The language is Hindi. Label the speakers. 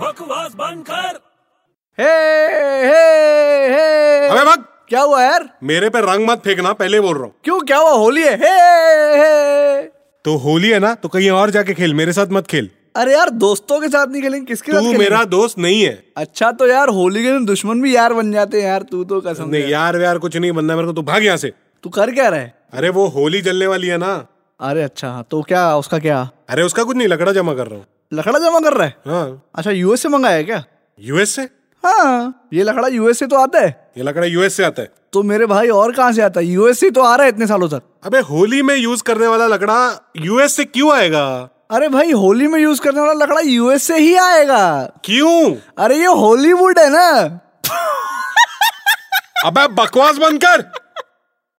Speaker 1: बकवास बंद कर
Speaker 2: हे हे हे
Speaker 3: अबे मत
Speaker 2: क्या हुआ यार
Speaker 3: मेरे पे रंग मत फेंकना पहले ही बोल रहा हूँ
Speaker 2: क्यों क्या हुआ होली है हे हे
Speaker 3: तो होली है ना तो कहीं और जाके खेल मेरे साथ मत खेल
Speaker 2: अरे यार दोस्तों के साथ नहीं खेलेंगे किसके साथ
Speaker 3: तू
Speaker 2: खेलेंगे?
Speaker 3: मेरा दोस्त नहीं है
Speaker 2: अच्छा तो यार होली के दिन दुश्मन भी यार बन जाते हैं यार तू तो कसम
Speaker 3: नहीं यार यार कुछ नहीं बनना मेरे को तू भाग यहाँ से
Speaker 2: तू कर क्या रहा है
Speaker 3: अरे वो होली जलने वाली है ना
Speaker 2: अरे अच्छा हाँ, तो क्या उसका क्या
Speaker 3: अरे उसका कुछ नहीं लकड़ा जमा कर रहा हूँ
Speaker 2: लकड़ा जमा कर रहा है
Speaker 3: हाँ
Speaker 2: अच्छा यूएस से मंगाया है क्या
Speaker 3: यूएस से
Speaker 2: हाँ ये लकड़ा यूएस से तो आता है
Speaker 3: ये लकड़ा यूएस से आता है
Speaker 2: तो मेरे भाई और कहाँ से आता है यूएस से तो आ रहा है इतने सालों तक
Speaker 3: अबे होली में यूज करने वाला लकड़ा यूएस से क्यों आएगा
Speaker 2: अरे भाई होली में यूज करने वाला लकड़ा यूएस से ही आएगा
Speaker 3: क्यों
Speaker 2: अरे ये हॉलीवुड है ना
Speaker 3: अबे बकवास बंद कर